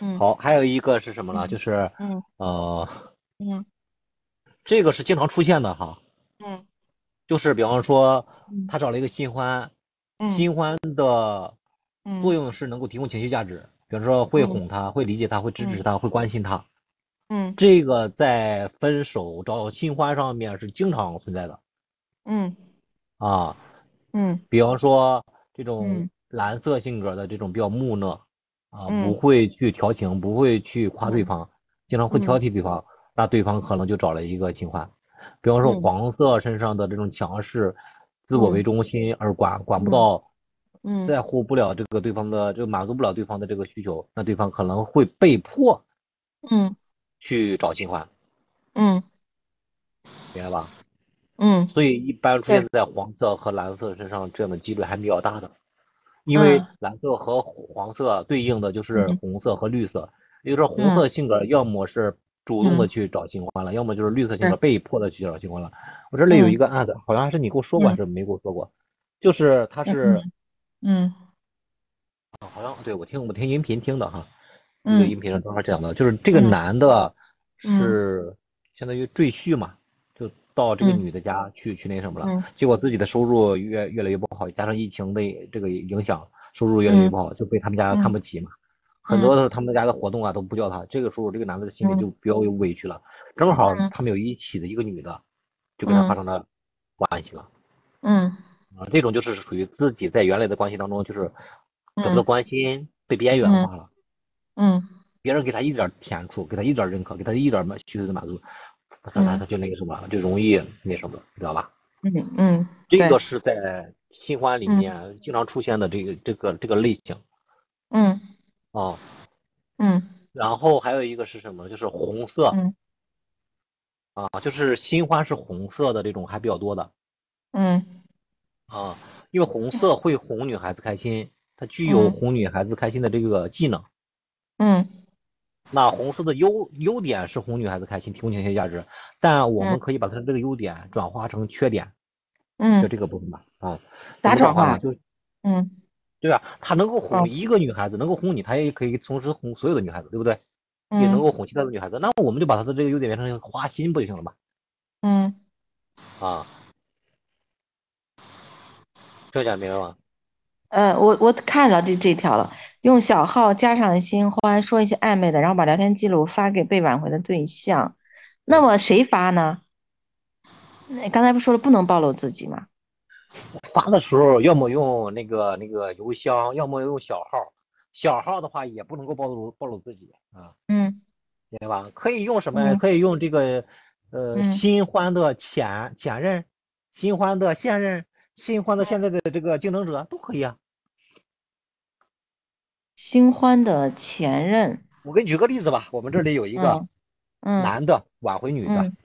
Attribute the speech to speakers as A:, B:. A: 嗯
B: 好，还有一个是什么呢？就是
A: 嗯
B: 呃，
A: 嗯
B: 这个是经常出现的哈，
A: 嗯
B: 就是比方说
A: 嗯
B: 他找了一个新欢，
A: 嗯，
B: 新欢的
A: 嗯
B: 作用是能够提供情绪价值，比方说会
A: 嗯
B: 哄他，会理解他，会支持
A: 嗯
B: 他，会关心他。
A: 嗯
B: 这个在分手找新欢上面是经常存在的
A: 嗯
B: 啊，
A: 嗯
B: 比方说这种
A: 嗯
B: 蓝色性格的这种比较木讷啊，
A: 嗯
B: 不会去调情，不会去夸对
A: 嗯
B: 方，经常会挑
A: 嗯
B: 剔对方，那对方可能就找了一个新欢。比方说
A: 嗯
B: 黄色身上的这种强势、自我为
A: 嗯
B: 中心，而管管不
A: 嗯
B: 到、
A: 嗯，
B: 在乎不了这个对方的，就满足不了对方的这个需求，那对方可能会被迫
A: 嗯
B: 去找新欢，
A: 嗯
B: 明白吧？
A: 嗯
B: 所以一般出现
A: 对
B: 在黄色和蓝色身上，这样的几率还比较大的，因为
A: 嗯
B: 蓝色和黄色对应的就是
A: 嗯
B: 红色和绿色，也就是红色性格要么是主动的
A: 嗯
B: 去找新欢了，要么就是绿色性格
A: 是
B: 被迫的去找新欢了。我这里有一
A: 嗯
B: 个案子，好像是你给我说过还
A: 嗯
B: 是没给我说过，就是他是啊
A: 嗯嗯
B: 好像对我听我听音频听的哈，一个
A: 嗯
B: 音频上正好讲的，就是这个
A: 嗯
B: 男的
A: 嗯
B: 是相当于赘婿嘛，就到这个
A: 嗯
B: 女的家去去那什么了，
A: 嗯
B: 结果自己的收入越越来越不好，加上疫情的这个影响，收入越来越不好，就被他们家
A: 嗯
B: 看不起嘛。很多的他们家的活动啊都不叫他，这个时候这个男的心里就比较有委屈了。正好
A: 嗯
B: 他们有一起的一个女的，就跟他发生了关系了。
A: 嗯
B: 啊，这种就是属于自己在原来的关系当中，就是得不到
A: 嗯
B: 关心，被边缘化了，
A: 嗯
B: 别人给他一点儿甜处，给他一点儿认可，给他一点儿满虚伪的满足，他他
A: 嗯
B: 他就那个什么了，就容易那什么，你知道吧？
A: 嗯嗯，
B: 这
A: 对
B: 个是在新欢里
A: 嗯
B: 面经常出现的这个这个这个类型
A: 嗯
B: 啊。
A: 嗯
B: 然后还有一个是什么？就是红色
A: 嗯
B: 啊，就是新欢是红色的这种还比较多的
A: 嗯
B: 啊，因为红色会哄女孩子开心，它具有
A: 嗯
B: 哄女孩子开心的这个技能。
A: 嗯
B: 那红色的优优点是哄女孩子开心，提供情绪价值，但我们
A: 嗯
B: 可以把它的这个优点转化成缺点，就
A: 嗯，
B: 这个部分吧。啊，怎
A: 咋
B: 么转
A: 转
B: 化呢？
A: 化？
B: 就是
A: 嗯
B: 对吧？他能够
A: 哦
B: 哄一个女孩子，能够哄你，他也可以同时哄所有的女孩子，对不对？也能
A: 嗯
B: 够哄其他的女孩子。那我们就把他的这个优点变成花心不就行了吗？
A: 嗯
B: 啊，这下明白吗？
A: 呃，我我看了这这条了，用小号加上新欢说一些暧昧的，然后把聊天记录发给被挽回的对象。那
B: 对，
A: 么谁发呢？那刚才不说了不能暴露自己吗？
B: 发的时候要么用那个那个邮箱，要么用小号。小号的话也不能够暴露暴露自己啊。
A: 嗯
B: 对吧？可以用什么呀？
A: 嗯
B: 可以用这个，呃，
A: 嗯
B: 新欢的前前任、新欢的现任、新
A: 嗯
B: 欢的现在的这个竞争者都可以啊。
A: 新欢的前任，
B: 我给你举个例子吧，我们这里有一个
A: 嗯嗯
B: 男的挽回女的，
A: 嗯